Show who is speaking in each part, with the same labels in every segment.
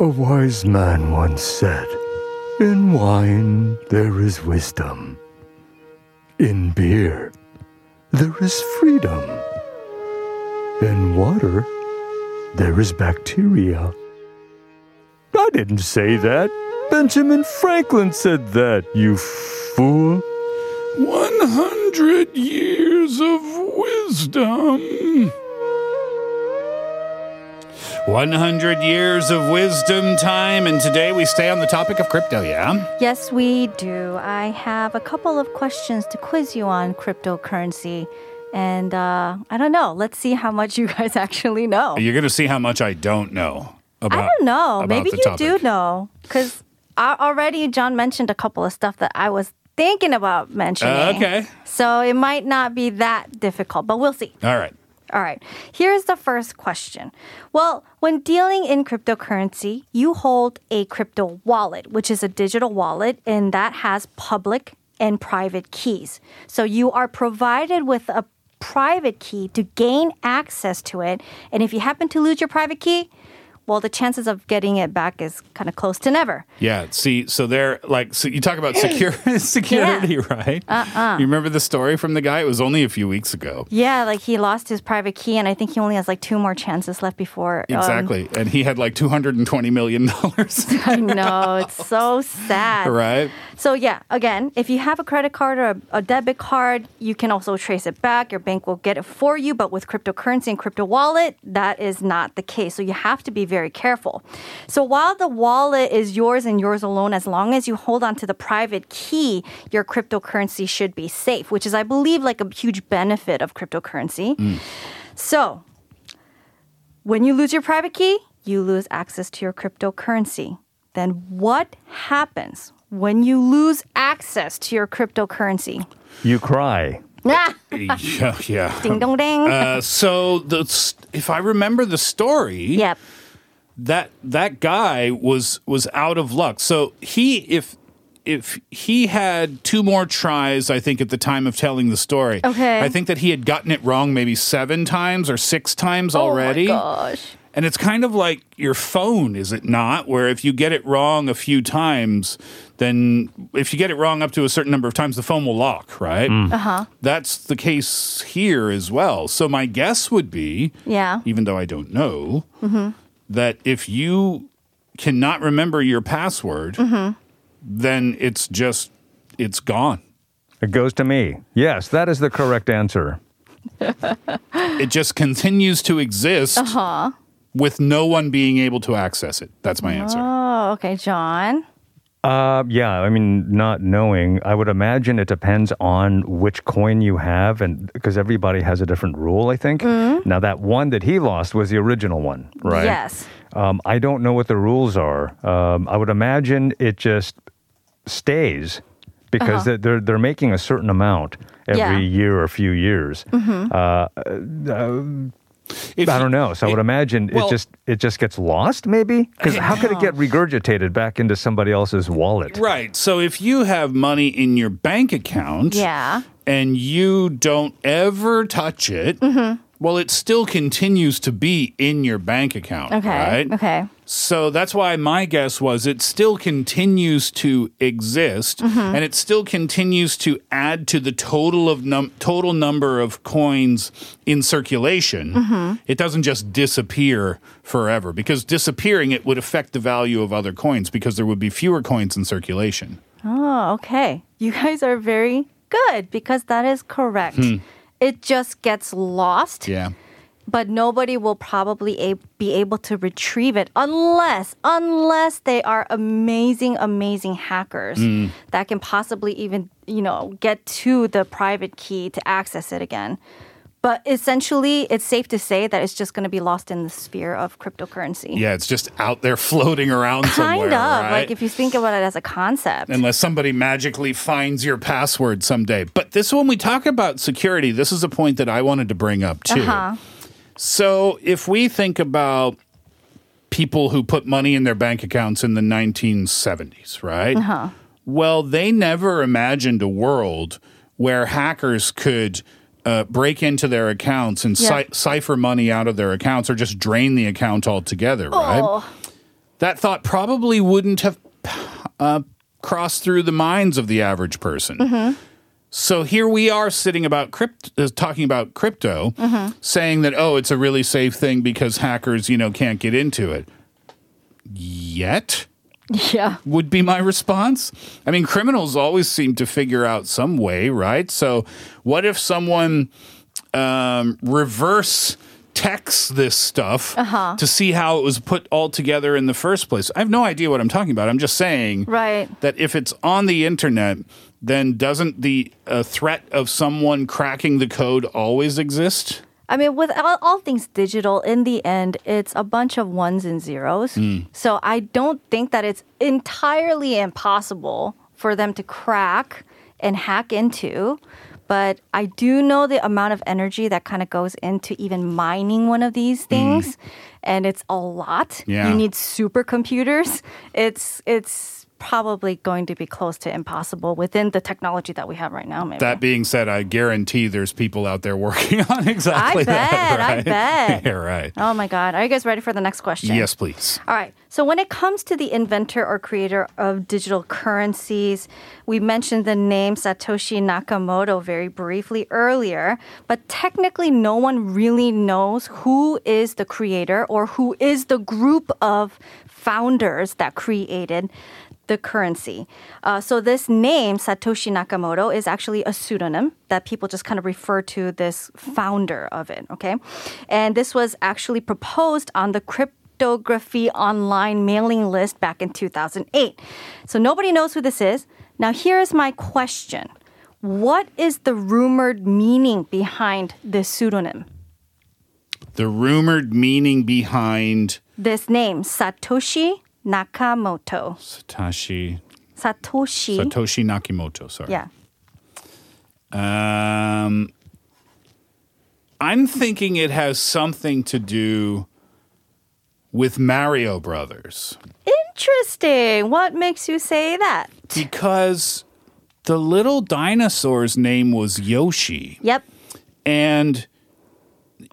Speaker 1: A wise man once said, In wine there is wisdom. In beer there is freedom. In water there is bacteria. I didn't say that. Benjamin Franklin said that, you fool.
Speaker 2: 100 years of wisdom. 100 years of wisdom time, and today we stay on the topic of crypto, yeah?
Speaker 3: Yes, we do. I have a couple of questions to quiz you on cryptocurrency. And uh, I don't know. Let's see how much you guys actually know.
Speaker 2: You're going to see how much I don't know about
Speaker 3: I don't know.
Speaker 2: about
Speaker 3: Maybe
Speaker 2: the
Speaker 3: you do
Speaker 2: topic.
Speaker 3: know. Because already John mentioned a couple of stuff that I was thinking about mentioning.
Speaker 2: Uh, okay.
Speaker 3: So it might not be that difficult, but we'll see.
Speaker 2: All right.
Speaker 3: All right. Here's the first question. Well, when dealing in cryptocurrency, you hold a crypto wallet, which is a digital wallet, and that has public and private keys. So you are provided with a private key to gain access to it. And if you happen to lose your private key, well, the chances of getting it back is kind of close to never.
Speaker 2: Yeah. See, so they're like, so you talk about secure, security, right? Uh-uh. You remember the story from the guy? It was only a few weeks ago.
Speaker 3: Yeah, like he lost his private key, and I think he only has like two more chances left before. um,
Speaker 2: Exactly. and he had like $220 million,
Speaker 3: I know, it's so sad.
Speaker 2: right?
Speaker 3: So yeah, again, if you have a credit card or a, a debit card, you can also trace it back. Your bank will get it for you, but with cryptocurrency and crypto wallet, that is not the case. So you have to be very careful. So while the wallet is yours and yours alone, as long as you hold on to the private key, your cryptocurrency should be safe, which is, I believe, like a huge benefit of cryptocurrency. So when you lose your private key, you lose access to your cryptocurrency. Then what happens when you lose access to your cryptocurrency?
Speaker 1: You cry.
Speaker 3: Ah,
Speaker 2: yeah. Yeah.
Speaker 3: ding dong ding.
Speaker 2: Uh, so the, s- if I remember the story,
Speaker 3: yep.
Speaker 2: that that guy was was out of luck. So he if if he had two more tries, I think at the time of telling the story,
Speaker 3: Okay.
Speaker 2: I think that he had gotten it wrong maybe seven times or six times already.
Speaker 3: Oh my gosh.
Speaker 2: And it's kind of like your phone, is it not? Where if you get it wrong a few times, then if you get it wrong up to a certain number of times, the phone will lock, right?
Speaker 3: Mm.
Speaker 2: Uh-huh. That's the case here as well. So my guess would be,
Speaker 3: Yeah.
Speaker 2: even though I don't know, that if you cannot remember your password, then it's just it's gone.
Speaker 1: It goes to me. Yes, that is the correct answer.
Speaker 2: It just continues to exist
Speaker 3: Uh-huh.
Speaker 2: with no one being able to access it. That's my answer.
Speaker 3: Oh, okay, John.
Speaker 1: Uh, yeah, I mean, not knowing, I would imagine it depends on which coin you have, and because everybody has a different rule, I think. Now, that one that he lost was the original one, right?
Speaker 3: Yes.
Speaker 1: Um, I don't know what the rules are. Um, I would imagine it just stays because they're- they're they're making a certain amount every
Speaker 3: Yeah.
Speaker 1: year or few years.
Speaker 2: If
Speaker 1: I don't know. So I would imagine
Speaker 2: well-
Speaker 1: it just it just gets lost, maybe. Because how could it get regurgitated back into somebody else's wallet?
Speaker 2: Right. So if you have money in your bank account
Speaker 3: Yeah.
Speaker 2: and you don't ever touch it,
Speaker 3: Mm-hmm.
Speaker 2: well, it still continues to be in your bank account.
Speaker 3: Okay.
Speaker 2: Right?
Speaker 3: Okay.
Speaker 2: So that's why my guess was it still continues to exist
Speaker 3: Mm-hmm.
Speaker 2: and it still continues to add to the total of num- total number of coins in circulation.
Speaker 3: Mm-hmm.
Speaker 2: It doesn't just disappear forever because disappearing it would affect the value of other coins because there would be fewer coins in circulation.
Speaker 3: Oh, okay. You guys are very good because that is correct.
Speaker 2: Hmm.
Speaker 3: It just gets lost.
Speaker 2: Yeah.
Speaker 3: but nobody will probably a- be able to retrieve it unless unless they are amazing amazing hackers
Speaker 2: Hmm.
Speaker 3: that can possibly even you know get to the private key to access it again but essentially it's safe to say that it's just going to be lost in the sphere of cryptocurrency
Speaker 2: Yeah, it's just out there floating around somewhere.
Speaker 3: kind of
Speaker 2: right?
Speaker 3: like if you think about it as a concept
Speaker 2: unless somebody magically finds your password someday. But this when we talk about security, this is a point that I wanted to bring up too.
Speaker 3: Uh-huh.
Speaker 2: So if we think about people who put money in their bank accounts in the 1970s, right?
Speaker 3: Uh-huh.
Speaker 2: Well, they never imagined a world where hackers could uh, break into their accounts and
Speaker 3: Yeah.
Speaker 2: cy- cipher money out of their accounts or just drain the account altogether, right?
Speaker 3: Oh,
Speaker 2: That thought probably wouldn't have uh, crossed through the minds of the average person. So here we are sitting about crypt- uh, talking about crypto, saying that oh, it's a really safe thing because hackers, you know, can't get into it. Yet
Speaker 3: Yeah.
Speaker 2: would be my response. I mean, criminals always seem to figure out some way, right? So, what if someone um, reverse texts this stuff
Speaker 3: Uh-huh.
Speaker 2: to see how it was put all together in the first place? I have no idea what I'm talking about. I'm just saying
Speaker 3: Right.
Speaker 2: that if it's on the internet, then doesn't the uh, threat of someone cracking the code always exist?
Speaker 3: I mean, with all, all things digital, in the end, it's a bunch of ones and zeros.
Speaker 2: Hmm.
Speaker 3: So I don't think that it's entirely impossible for them to crack and hack into. But I do know the amount of energy that kind of goes into even mining one of these things, and it's a lot.
Speaker 2: Hmm. Yeah.
Speaker 3: You need supercomputers. It's it's probably going to be close to impossible within the technology that we have right now. Maybe.
Speaker 2: That being said, I guarantee there's people out there working on exactly that.
Speaker 3: bet, I
Speaker 2: right?
Speaker 3: bet.
Speaker 2: yeah, right.
Speaker 3: oh my God! Are you guys ready for the next question?
Speaker 2: Yes, please.
Speaker 3: All right. So when it comes to the inventor or creator of digital currencies, we mentioned the name Satoshi Nakamoto very briefly earlier, but technically no one really knows who is the creator or who is the group of founders that created the currency. Uh, so this name Satoshi Nakamoto is actually a pseudonym that people just kind of refer to this founder of it, okay? And this was actually proposed on the crypto cryptography online mailing list back in 2008. So nobody knows who this is. Now, here is my question What is the rumored meaning behind this pseudonym?
Speaker 2: the rumored meaning behind
Speaker 3: This name, Satoshi Nakamoto.
Speaker 2: Satoshi
Speaker 3: Satoshi.
Speaker 2: Satoshi Nakamoto. Sorry.
Speaker 3: yeah.
Speaker 2: Um, I'm thinking it has something to do with Mario Brothers
Speaker 3: Interesting. What makes you say that?
Speaker 2: because the little dinosaur's name was Yoshi.
Speaker 3: Yep.
Speaker 2: And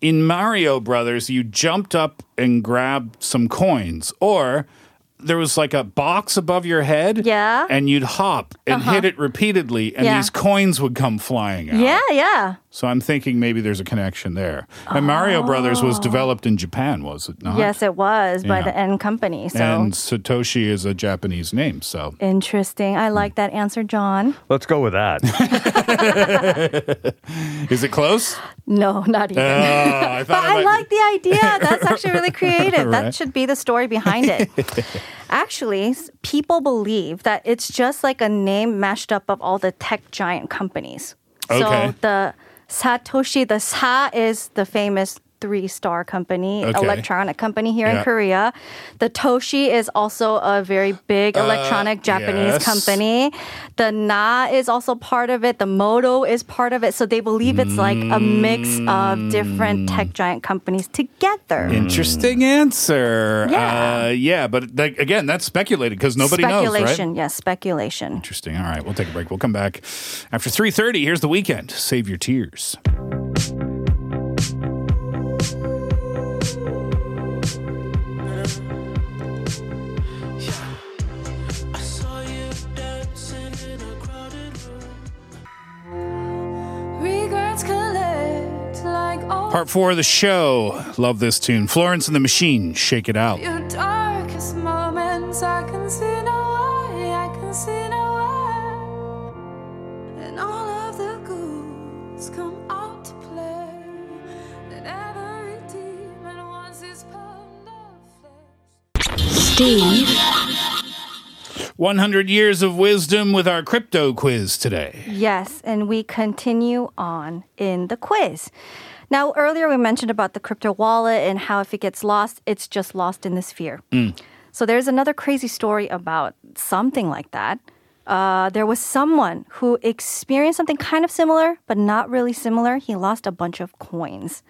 Speaker 2: in Mario Brothers, you jumped up and grabbed some coins, or there was like a box above your head.
Speaker 3: Yeah. Uh-huh.
Speaker 2: And you'd hop and hit it repeatedly, and
Speaker 3: Yeah.
Speaker 2: these coins would come flying out.
Speaker 3: Yeah, yeah.
Speaker 2: So I'm thinking maybe there's a connection there. And Mario Brothers was developed in Japan, was it not?
Speaker 3: Oh. Yes, it was by
Speaker 2: Uh-huh. Yeah.
Speaker 3: the N company. So
Speaker 2: And Satoshi is a Japanese name, so
Speaker 3: interesting. I like that answer, John.
Speaker 1: Let's go with that.
Speaker 2: is it close?
Speaker 3: No, not even.
Speaker 2: Oh, I thought
Speaker 3: But
Speaker 2: it
Speaker 3: I
Speaker 2: might-
Speaker 3: like the idea. That's actually really creative.
Speaker 2: Right.
Speaker 3: That should be the story behind it. actually, s- people believe that it's just like a name mashed up of all the tech giant companies.
Speaker 2: Okay.
Speaker 3: So the Satoshi, the Sa is the famous three star company,
Speaker 2: Okay.
Speaker 3: electronic company here
Speaker 2: Yeah.
Speaker 3: in Korea. The Toshi is also a very big electronic
Speaker 2: Uh,
Speaker 3: Japanese
Speaker 2: yes.
Speaker 3: company. The Na is also part of it. The Moto is part of it. So they believe it's like a mix
Speaker 2: Mm.
Speaker 3: of different tech giant companies together.
Speaker 2: Interesting answer. Uh,
Speaker 3: Yeah.
Speaker 2: yeah, but that, again, that's speculated because nobody knows, right?
Speaker 3: speculation, yes, speculation.
Speaker 2: Interesting. All right, we'll take a break. We'll come back after 3:30. Here's the weekend. Save your tears.
Speaker 4: Regrets collect like all
Speaker 2: Part 4 of the show. Love this tune. Florence and the Machine, Shake It Out.
Speaker 4: your darkest moments. I can see no way, I can see no way. And all of the ghouls come out to play. That every demon wants his pound of flesh.
Speaker 2: 100 years of wisdom with our crypto quiz today.
Speaker 3: Yes, and we continue on in the quiz. Now, earlier we mentioned about the crypto wallet and how if it gets lost, it's just lost in the sphere. So there's another crazy story about something like that. Uh, there was someone who experienced something kind of similar, but not really similar. He lost a bunch of coins.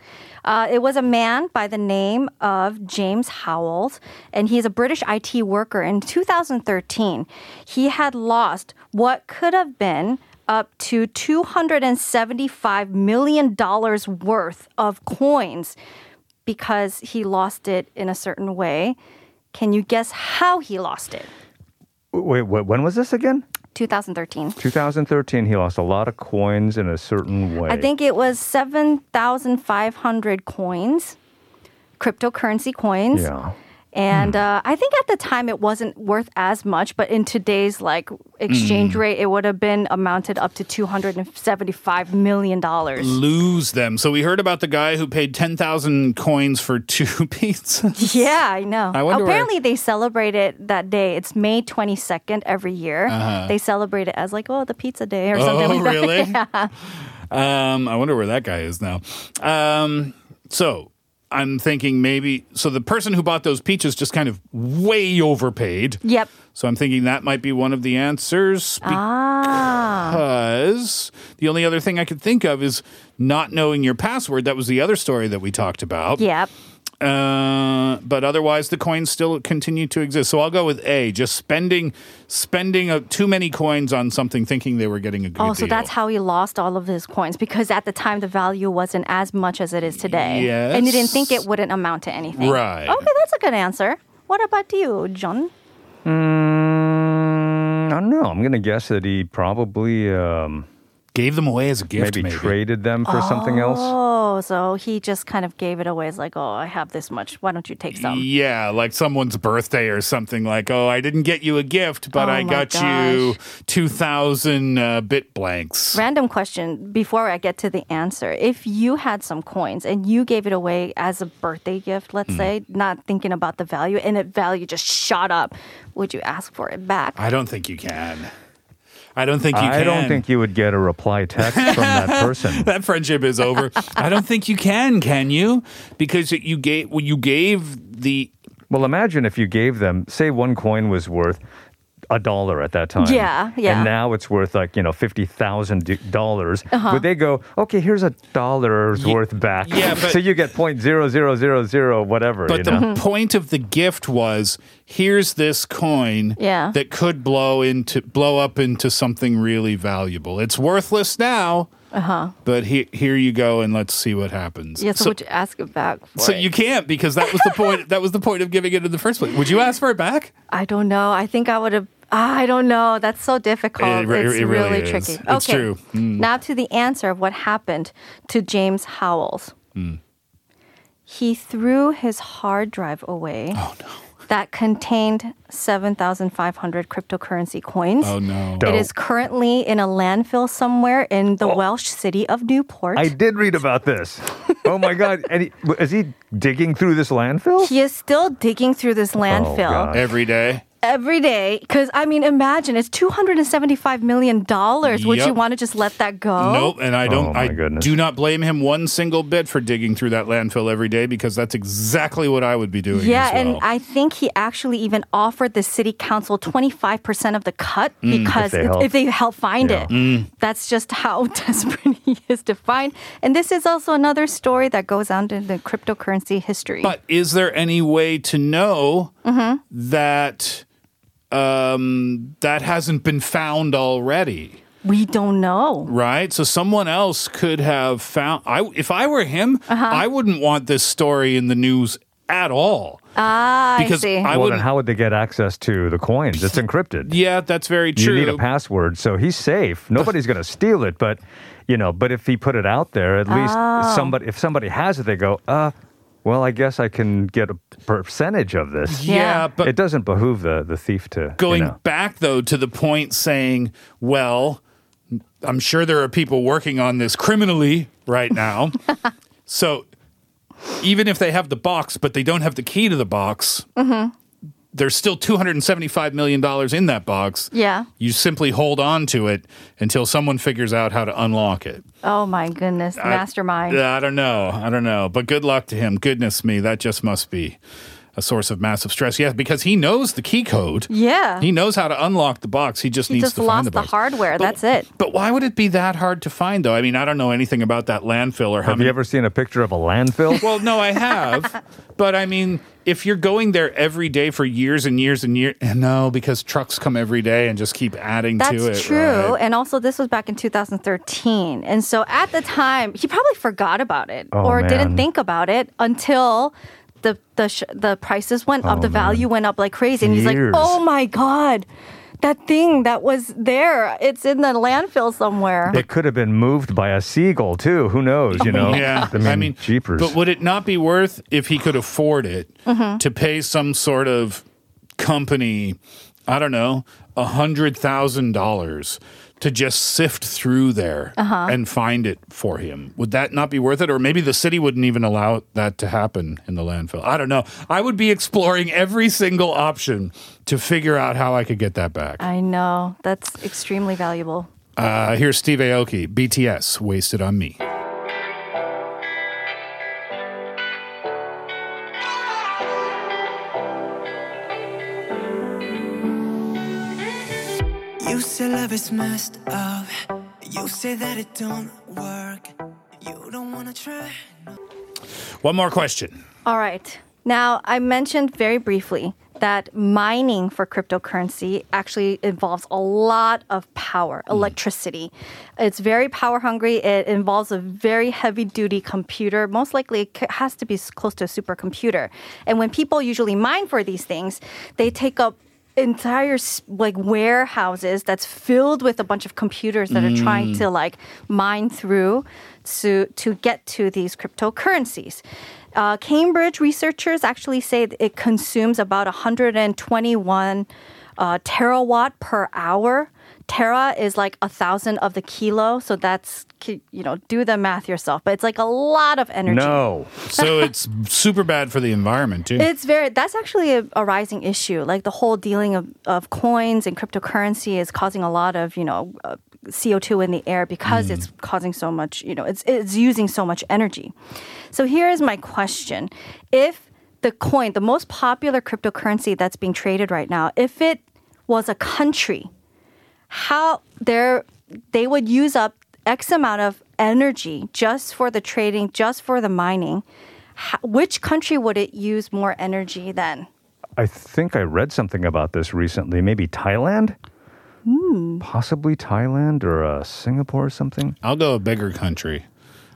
Speaker 3: Uh, it was a man by the name of James Howells, and he's a British IT worker. In 2013, he had lost what could have been up to $275 million worth of coins because he lost it in a certain way. Can you guess how he lost it?
Speaker 1: Wait, wh- when was this again?
Speaker 3: 2013.
Speaker 1: 2013. He lost a lot of coins in a certain way.
Speaker 3: I think it was 7,500 coins, cryptocurrency coins.
Speaker 1: Yeah.
Speaker 3: And uh, I think at the time it wasn't worth as much, but in today's like exchange rate, it would have been amounted up to $275 million.
Speaker 2: Lose them. So we heard about the guy who paid 10,000 coins for two pizzas.
Speaker 3: Yeah, I know.
Speaker 2: I wonder where-
Speaker 3: Apparently, they celebrate it that day. It's May 22nd every year. They celebrate it as like, oh, the pizza day or something
Speaker 2: Uh-huh. oh,
Speaker 3: like that.
Speaker 2: really? Um, I wonder where that guy is now. Um, so I'm thinking maybe. So the person who bought those peaches just kind of way overpaid.
Speaker 3: Yep.
Speaker 2: So I'm thinking that might be one of the answers
Speaker 3: Ah.
Speaker 2: because the only other thing I could think of is not knowing your password. That was the other story that we talked about.
Speaker 3: Yep.
Speaker 2: Uh, but otherwise, the coins still continue to exist. So I'll go with A. Just spending spending uh too many coins on something, thinking they were getting a good deal.
Speaker 3: Oh, so that's how he lost all of his coins because at the time the value wasn't as much as it is today. And you didn't think
Speaker 2: Yes.
Speaker 3: it wouldn't amount to anything.
Speaker 2: Right.
Speaker 3: Okay, that's a good answer. What about you, John?
Speaker 1: Mm, I don't know. I'm going to guess that he probably um,
Speaker 2: gave them away as a gift.
Speaker 1: maybe, traded them for something else.
Speaker 3: Oh, so he just kind of gave it away. It's like, oh, I have this much. Why don't you take some?
Speaker 2: Yeah, like someone's birthday or something like, oh, I didn't get you a gift, but
Speaker 3: Oh
Speaker 2: I
Speaker 3: my
Speaker 2: got you 2,000 uh, bit blanks.
Speaker 3: Random question before I get to the answer. If you had some coins and you gave it away as a birthday gift, let's
Speaker 2: Hmm.
Speaker 3: say, not thinking about the value, and it value just shot up, would you ask for it back?
Speaker 2: I don't think you can. I don't think you can.
Speaker 1: I don't think you would get a reply text from that person.
Speaker 2: that friendship is over. I don't think you can, can you? Because you gave well, you gave the
Speaker 1: Well, imagine if you gave them, say, one coin was worth a dollar at that time.
Speaker 3: Yeah, yeah.
Speaker 1: And now it's worth like, you know, $50,000. dollars
Speaker 3: Uh-huh.
Speaker 1: But they go, okay, here's a dollar's worth back.
Speaker 2: yeah, but-
Speaker 1: so you get point zero zero zero zero whatever.
Speaker 2: but
Speaker 1: you
Speaker 2: the
Speaker 3: Mhm.
Speaker 2: Mhm.
Speaker 1: know?
Speaker 2: point of the gift was here's this coin
Speaker 3: Yeah.
Speaker 2: that could blow into blow up into something really valuable. It's worthless now. Uh-huh. But he, here you go and let's see what happens.
Speaker 3: yeah,
Speaker 2: so,
Speaker 3: so, would you ask it back?
Speaker 2: so
Speaker 3: For it?
Speaker 2: you can't because that was the point that was the point of giving it in the first place. Would you ask for it back?
Speaker 3: I don't know. I think I would have. I don't know. That's so
Speaker 2: It
Speaker 3: difficult.
Speaker 2: re-
Speaker 3: it's
Speaker 2: it really
Speaker 3: really
Speaker 2: is.
Speaker 3: tricky.
Speaker 2: It's true. Mm.
Speaker 3: Now to the answer of what happened to James Howells.
Speaker 2: Mm.
Speaker 3: He threw his hard drive away.
Speaker 2: Oh no.
Speaker 3: That contained 7,500 cryptocurrency coins.
Speaker 2: Oh no.
Speaker 1: Dope.
Speaker 3: It is currently in a landfill somewhere in the
Speaker 2: Oh.
Speaker 3: Welsh city of Newport.
Speaker 1: I did read about this. Oh my God. And he, is he digging through this landfill?
Speaker 3: he is still digging through this
Speaker 2: Oh,
Speaker 3: landfill.
Speaker 1: God.
Speaker 2: Every day.
Speaker 3: every day because i mean imagine it's 275 million dollars would you
Speaker 2: Yep.
Speaker 3: want to just let that go
Speaker 2: Nope, and I don't.
Speaker 1: Oh,
Speaker 2: I
Speaker 1: my goodness.
Speaker 2: do not blame him one single bit for digging through that landfill every day because that's exactly what I would be doing. as
Speaker 3: yeah
Speaker 2: well.
Speaker 3: and i think he actually even offered the city council 25% of the cut
Speaker 2: Mm,
Speaker 3: because
Speaker 1: If
Speaker 3: it-
Speaker 1: they help.
Speaker 3: if they help find
Speaker 1: Yeah.
Speaker 3: it that's just how desperate he is to find and this is also another story that goes on in the cryptocurrency history
Speaker 2: But is there any way to know
Speaker 3: Mm-hmm.
Speaker 2: that um, that hasn't been found already?
Speaker 3: we don't know
Speaker 2: Right, so someone else could have found. I, if I were him,
Speaker 3: Uh-huh.
Speaker 2: I wouldn't want this story in the news at all.
Speaker 3: ah, i
Speaker 2: because
Speaker 3: see
Speaker 2: I
Speaker 1: well,
Speaker 2: wouldn't.
Speaker 1: then how would they get access to the coins? It's encrypted.
Speaker 2: yeah, that's very true.
Speaker 1: You need a password, so he's safe. Nobody's going to steal it, but you know, but if he put it out there, at least
Speaker 2: Oh.
Speaker 1: somebody if somebody has it, they go, "Uh, well, I guess I can get a percentage of this."
Speaker 2: yeah,
Speaker 3: Yeah.
Speaker 2: but
Speaker 1: it doesn't behoove the the thief to you
Speaker 2: going
Speaker 1: know.
Speaker 2: back though to the point saying, well, I'm sure there are people working on this criminally right now. so even if they have the box, but they don't have the key to the box, there's still 275 million dollars in that box.
Speaker 3: yeah
Speaker 2: You simply hold on to it until someone figures out how to unlock it.
Speaker 3: oh my goodness mastermind
Speaker 2: I don't know. I don't know. But good luck to him. Goodness me, that just must be a source of massive stress. Yeah, because he knows the key code.
Speaker 3: yeah
Speaker 2: He knows how to unlock the box. He just
Speaker 3: He
Speaker 2: needs
Speaker 3: just
Speaker 2: to find
Speaker 3: lost
Speaker 2: the
Speaker 3: the
Speaker 2: box.
Speaker 3: hardware, that's it.
Speaker 2: But why would it be that hard to find though? I mean, I don't know anything about that landfill or how
Speaker 1: Have
Speaker 2: many.
Speaker 1: you ever seen a picture of a landfill?
Speaker 2: well, no, I have, but I mean, if you're going there every day for years and years and years, no, because trucks come every day and just keep adding
Speaker 3: That's
Speaker 2: to it.
Speaker 3: true.
Speaker 2: right?
Speaker 3: And also, this was back in 2013. And so at the time, he probably forgot about it
Speaker 1: Oh,
Speaker 3: or
Speaker 1: man.
Speaker 3: didn't think about it until the the sh- the prices went up, the
Speaker 1: Oh, man.
Speaker 3: value went up like crazy, and he's like,
Speaker 1: Years.
Speaker 3: "Oh my god, that thing that was there, it's in the landfill somewhere."
Speaker 1: It could have been moved by a seagull too. Who knows? You know?
Speaker 2: Yeah,
Speaker 1: I mean, jeepers.
Speaker 2: But would it not be worth if he could afford it to pay some sort of company? I don't know, a hundred thousand dollars to just sift through there and find it for him. Would that not be worth it? Or maybe the city wouldn't even allow that to happen in the landfill. I don't know. I would be exploring every single option to figure out how I could get that back.
Speaker 3: I know that's extremely valuable.
Speaker 2: Uh, here's Steve Aoki, BTS, Wasted on Me.
Speaker 5: You say love is messed up. You say that it don't work. You don't wanna try.
Speaker 2: One more question.
Speaker 3: All right. Now, I mentioned very briefly that mining for cryptocurrency actually involves a lot of power, electricity. It's very power hungry. It involves a very heavy duty computer. Most likely, it c- has to be s- close to a supercomputer. And when people usually mine for these things, they take up entire s- like warehouses that's filled with a bunch of computers that are trying to like mine through to to get to these cryptocurrencies. Uh, Cambridge researchers actually say that it consumes about 121 uh, terawatt per hour. Tera is like a thousand of the kilo, so that's ki- you know do the math yourself, but it's like a lot of energy.
Speaker 1: no.
Speaker 2: So it's super bad for the environment, too.
Speaker 3: It's very. That's actually a, a rising issue. Like the whole dealing of, of coins and cryptocurrency is causing a lot of you know uh, CO two in the air because it's causing so much. You know, it's it's using so much energy. So here is my question: If the coin, the most popular cryptocurrency that's being traded right now, if it was a country, how they they would use up X amount of energy just for the trading, just for the mining. How, which country would it use more energy than?
Speaker 1: I think I read something about this recently. Maybe Thailand?
Speaker 2: Hmm.
Speaker 1: Possibly Thailand or uh, Singapore or something?
Speaker 2: I'll go a bigger country.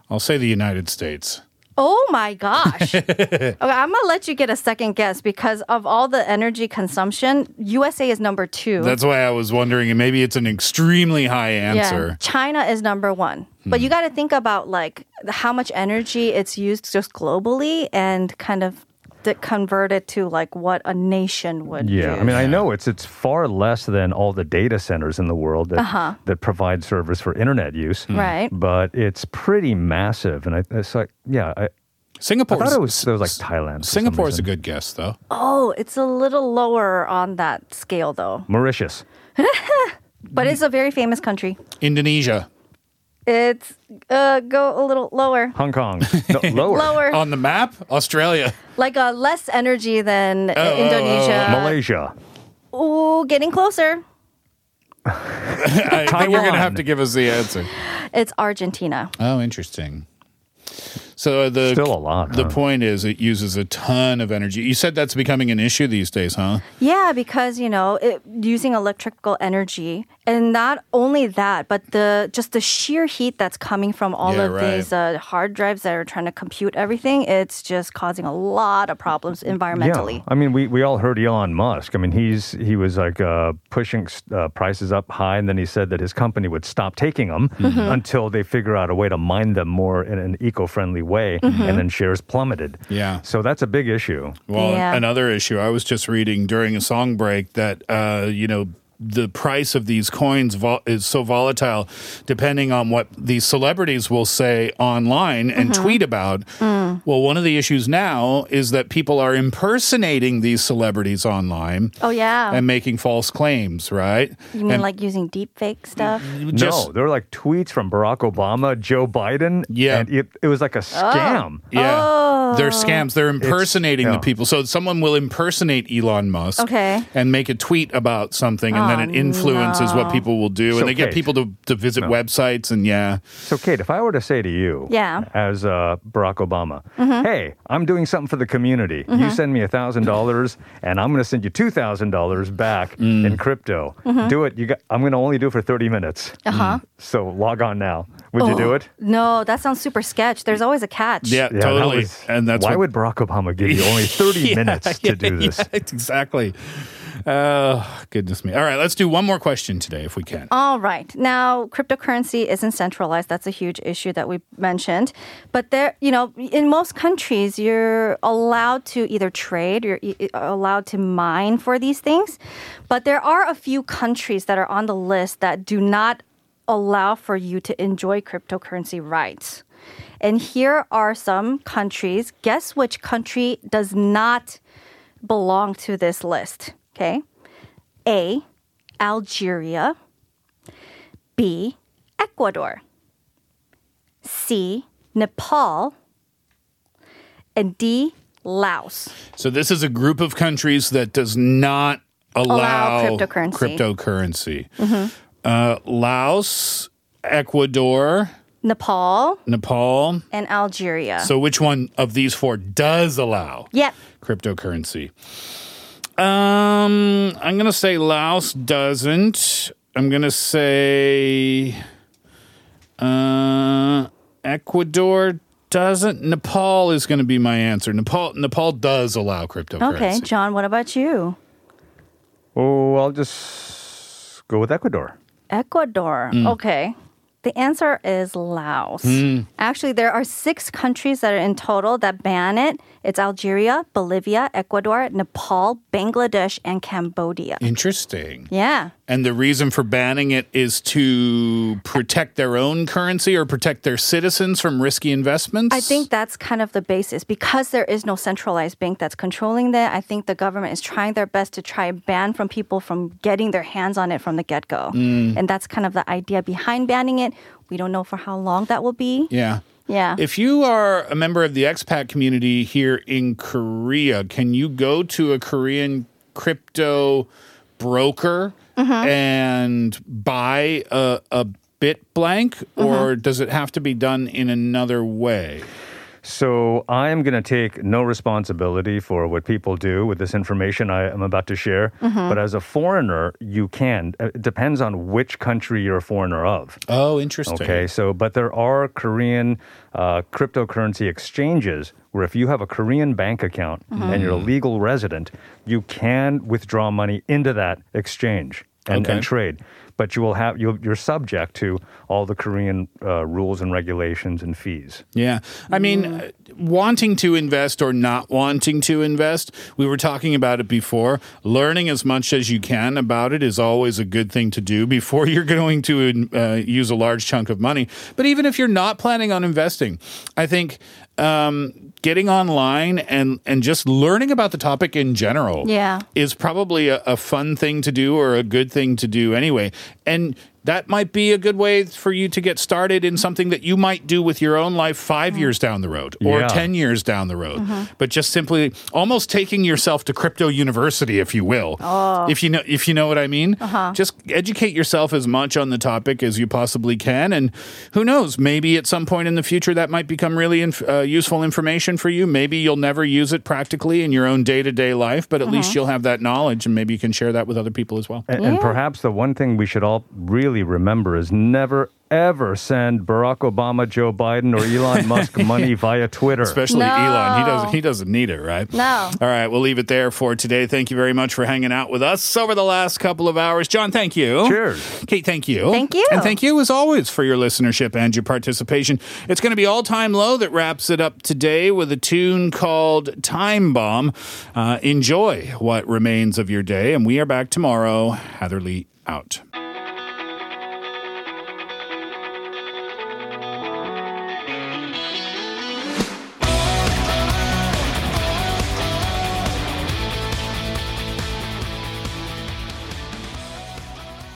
Speaker 2: I'll say the United States.
Speaker 3: Oh my gosh. okay, I'm going to let you get a second guess because of all the energy consumption, USA is number two.
Speaker 2: That's why I was wondering, and maybe it's an extremely high answer. Hmm.
Speaker 3: China is number one. But you got to think about like how much energy it's used just globally and kind of d- convert it to like what a nation would
Speaker 1: Yeah,
Speaker 3: use.
Speaker 1: I mean, I know it's it's far less than all the data centers in the world that that provide service for internet use,
Speaker 3: Uh-huh. Hmm. Right.
Speaker 1: But it's pretty massive, and I, it's like, yeah, I, I
Speaker 2: Singapore.
Speaker 1: thought it was, it was like Thailand. for some
Speaker 2: Singapore is a
Speaker 1: reason.
Speaker 2: good guess, though.
Speaker 3: Oh, it's a little lower on that scale though.
Speaker 1: Mauritius.
Speaker 3: But it's a very famous country.
Speaker 2: Indonesia
Speaker 3: It's uh, go a little lower.
Speaker 1: Hong Kong, no, lower.
Speaker 3: Lower.
Speaker 2: on the map. Australia.
Speaker 3: like uh, less energy than uh,
Speaker 2: oh, oh,
Speaker 3: Indonesia.
Speaker 1: Malaysia,
Speaker 3: Ooh, getting closer.
Speaker 2: I think you're going to
Speaker 1: Taiwan.
Speaker 2: have to give us the answer.
Speaker 3: It's Argentina.
Speaker 2: Oh, interesting. So the
Speaker 1: Still a lot,
Speaker 2: The
Speaker 1: huh?
Speaker 2: point is, it uses a ton of energy. You said that's becoming an issue these days, huh?
Speaker 3: Yeah, because you know, it, using electrical energy, and not only that, but the just the sheer heat that's coming from all
Speaker 2: Yeah,
Speaker 3: of
Speaker 2: right.
Speaker 3: these uh, hard drives that are trying to compute everything. It's just causing a lot of problems environmentally.
Speaker 1: Yeah, I mean, we, we all heard Elon Musk. I mean, he's he was like uh, pushing uh, prices up high, and then he said that his company would stop taking them until they figure out a way to mine them more in an eco-friendly way, and then shares plummeted.
Speaker 2: Yeah.
Speaker 1: So that's a big issue.
Speaker 2: Well,
Speaker 3: Yeah.
Speaker 2: another issue I was just reading during a song break that uh, you know the price of these coins vol- is so volatile depending on what these celebrities will say online and
Speaker 3: Mm-hmm.
Speaker 2: tweet about.
Speaker 3: Mm.
Speaker 2: Well, one of the issues now is that people are impersonating these celebrities online
Speaker 3: Oh yeah,
Speaker 2: and making false claims, right?
Speaker 3: you mean
Speaker 2: and
Speaker 3: like using deep fake stuff?
Speaker 1: Mm-hmm. no, there were like tweets from Barack Obama, Joe Biden.
Speaker 2: Yeah.
Speaker 1: and it, it was like a scam.
Speaker 2: Yeah.
Speaker 3: Oh.
Speaker 2: They're scams. They're impersonating the
Speaker 1: yeah.
Speaker 2: people. So someone will impersonate Elon Musk
Speaker 3: Okay. Oh,
Speaker 2: and make a tweet about something, and then it influences what people will do.
Speaker 1: So
Speaker 2: and they get
Speaker 1: Kate-
Speaker 2: people to, to visit websites, and yeah.
Speaker 1: So, Kate, if I were to say to you,
Speaker 3: Yeah.
Speaker 1: as uh, Barack Obama, hey, I'm doing something for the community. You send me thousand dollars, and I'm going to send you two thousand dollars back
Speaker 2: Mm.
Speaker 3: Oh.
Speaker 1: in crypto. Do it. You got, I'm going to only do it for thirty minutes. Uh-huh. So log on now. Would you
Speaker 2: Uh,
Speaker 1: do it?
Speaker 3: No, that sounds super sketch. There's always a catch.
Speaker 2: Yeah,
Speaker 1: Yeah, that
Speaker 2: totally.
Speaker 1: was-
Speaker 2: and that's
Speaker 1: why
Speaker 2: what,
Speaker 1: would Barack Obama give you only 30
Speaker 2: Yeah,
Speaker 1: minutes to
Speaker 2: yeah,
Speaker 1: do this?
Speaker 2: yeah, exactly. Oh, goodness me. All right, let's do one more question today if we can.
Speaker 3: All right. Now, cryptocurrency isn't centralized. That's a huge issue that we mentioned. But there, you know, in most countries, you're allowed to either trade, you're e- allowed to mine for these things. But there are a few countries that are on the list that do not allow for you to enjoy cryptocurrency rights. And here are some countries. Guess which country does not belong to this list? Okay. A. Algeria. B. Ecuador. C. Nepal. And D. Laos.
Speaker 2: So this is a group of countries that does not allow,
Speaker 3: Allow cryptocurrency. Mm-hmm.
Speaker 2: cryptocurrency. Uh, Laos, Ecuador,
Speaker 3: Nepal
Speaker 2: Nepal.
Speaker 3: and Algeria.
Speaker 2: So which one of these four does allow
Speaker 3: yep.
Speaker 2: cryptocurrency? Um, I'm gonna say Laos doesn't. I'm gonna say uh, Ecuador doesn't. Nepal is gonna be my answer. Nepal Nepal does allow cryptocurrency.
Speaker 3: Okay, John, what about you?
Speaker 1: Oh, I'll just go with Ecuador.
Speaker 3: Ecuador. Okay. The answer is Laos. Actually, there are six countries that are in total that ban it. It's Algeria, Bolivia, Ecuador, Nepal, Bangladesh, and Cambodia.
Speaker 2: Mm. Interesting.
Speaker 3: Yeah.
Speaker 2: And the reason for banning it is to protect their own currency or protect their citizens from risky investments?
Speaker 3: I think that's kind of the basis because there is no centralized bank that's controlling that. I think the government is trying their best to try and ban from people from getting their hands on it from the get go, and that's kind of the idea behind banning it. We don't know for how long that will be.
Speaker 2: Yeah.
Speaker 3: Yeah.
Speaker 2: If you are a member of the expat community here in Korea, can you go to a Korean crypto broker and buy a, a bit blank, or does it have to be done in another way?
Speaker 1: So I am going to take no responsibility for what people do with this information I am about to share. But as a foreigner, you can. Uh, It depends on which country you're a foreigner of.
Speaker 2: Oh, interesting.
Speaker 1: Okay, so but there are Korean uh, cryptocurrency exchanges where if you have a Korean bank account and you're a legal resident, you can withdraw money into that exchange and,
Speaker 2: Okay.
Speaker 1: and trade. But you will have you'll, you're subject to all the Korean uh, rules and regulations and fees.
Speaker 2: Yeah. I mean, uh wanting to invest or not wanting to invest, we were talking about it before. Learning as much as you can about it is always a good thing to do before you're going to uh, use a large chunk of money. But even if you're not planning on investing, I think um, getting online and, and just learning about the topic in general
Speaker 3: Yeah.
Speaker 2: is probably a, a fun thing to do or a good thing to do anyway. And that might be a good way for you to get started in something that you might do with your own life five years down the road or
Speaker 1: Yeah.
Speaker 2: 10 years down the road. But just simply almost taking yourself to crypto university, if you will. If you know, if you know what I mean, just educate yourself as much on the topic as you possibly can. And who knows, maybe at some point in the future that might become really inf- uh, useful information for you. Maybe you'll never use it practically in your own day to day life, but at least you'll have that knowledge and maybe you can share that with other people as well.
Speaker 1: And, and perhaps the one thing we should all really remember is never ever send Barack Obama, Joe Biden, or Elon Musk money via Twitter.
Speaker 2: especially Elon. He
Speaker 3: No.
Speaker 2: doesn't he doesn't need it, right?
Speaker 3: No.
Speaker 2: All right, we'll leave it there for today. Thank you very much for hanging out with us over the last couple of hours. John, thank you.
Speaker 1: Cheers.
Speaker 2: Kate, thank you.
Speaker 3: Thank you.
Speaker 2: And thank you as always for your listenership and your participation. It's going to be All Time Low that wraps it up today with a tune called Time Bomb. Uh, enjoy what remains of your day, and we are back tomorrow. Hatherley out.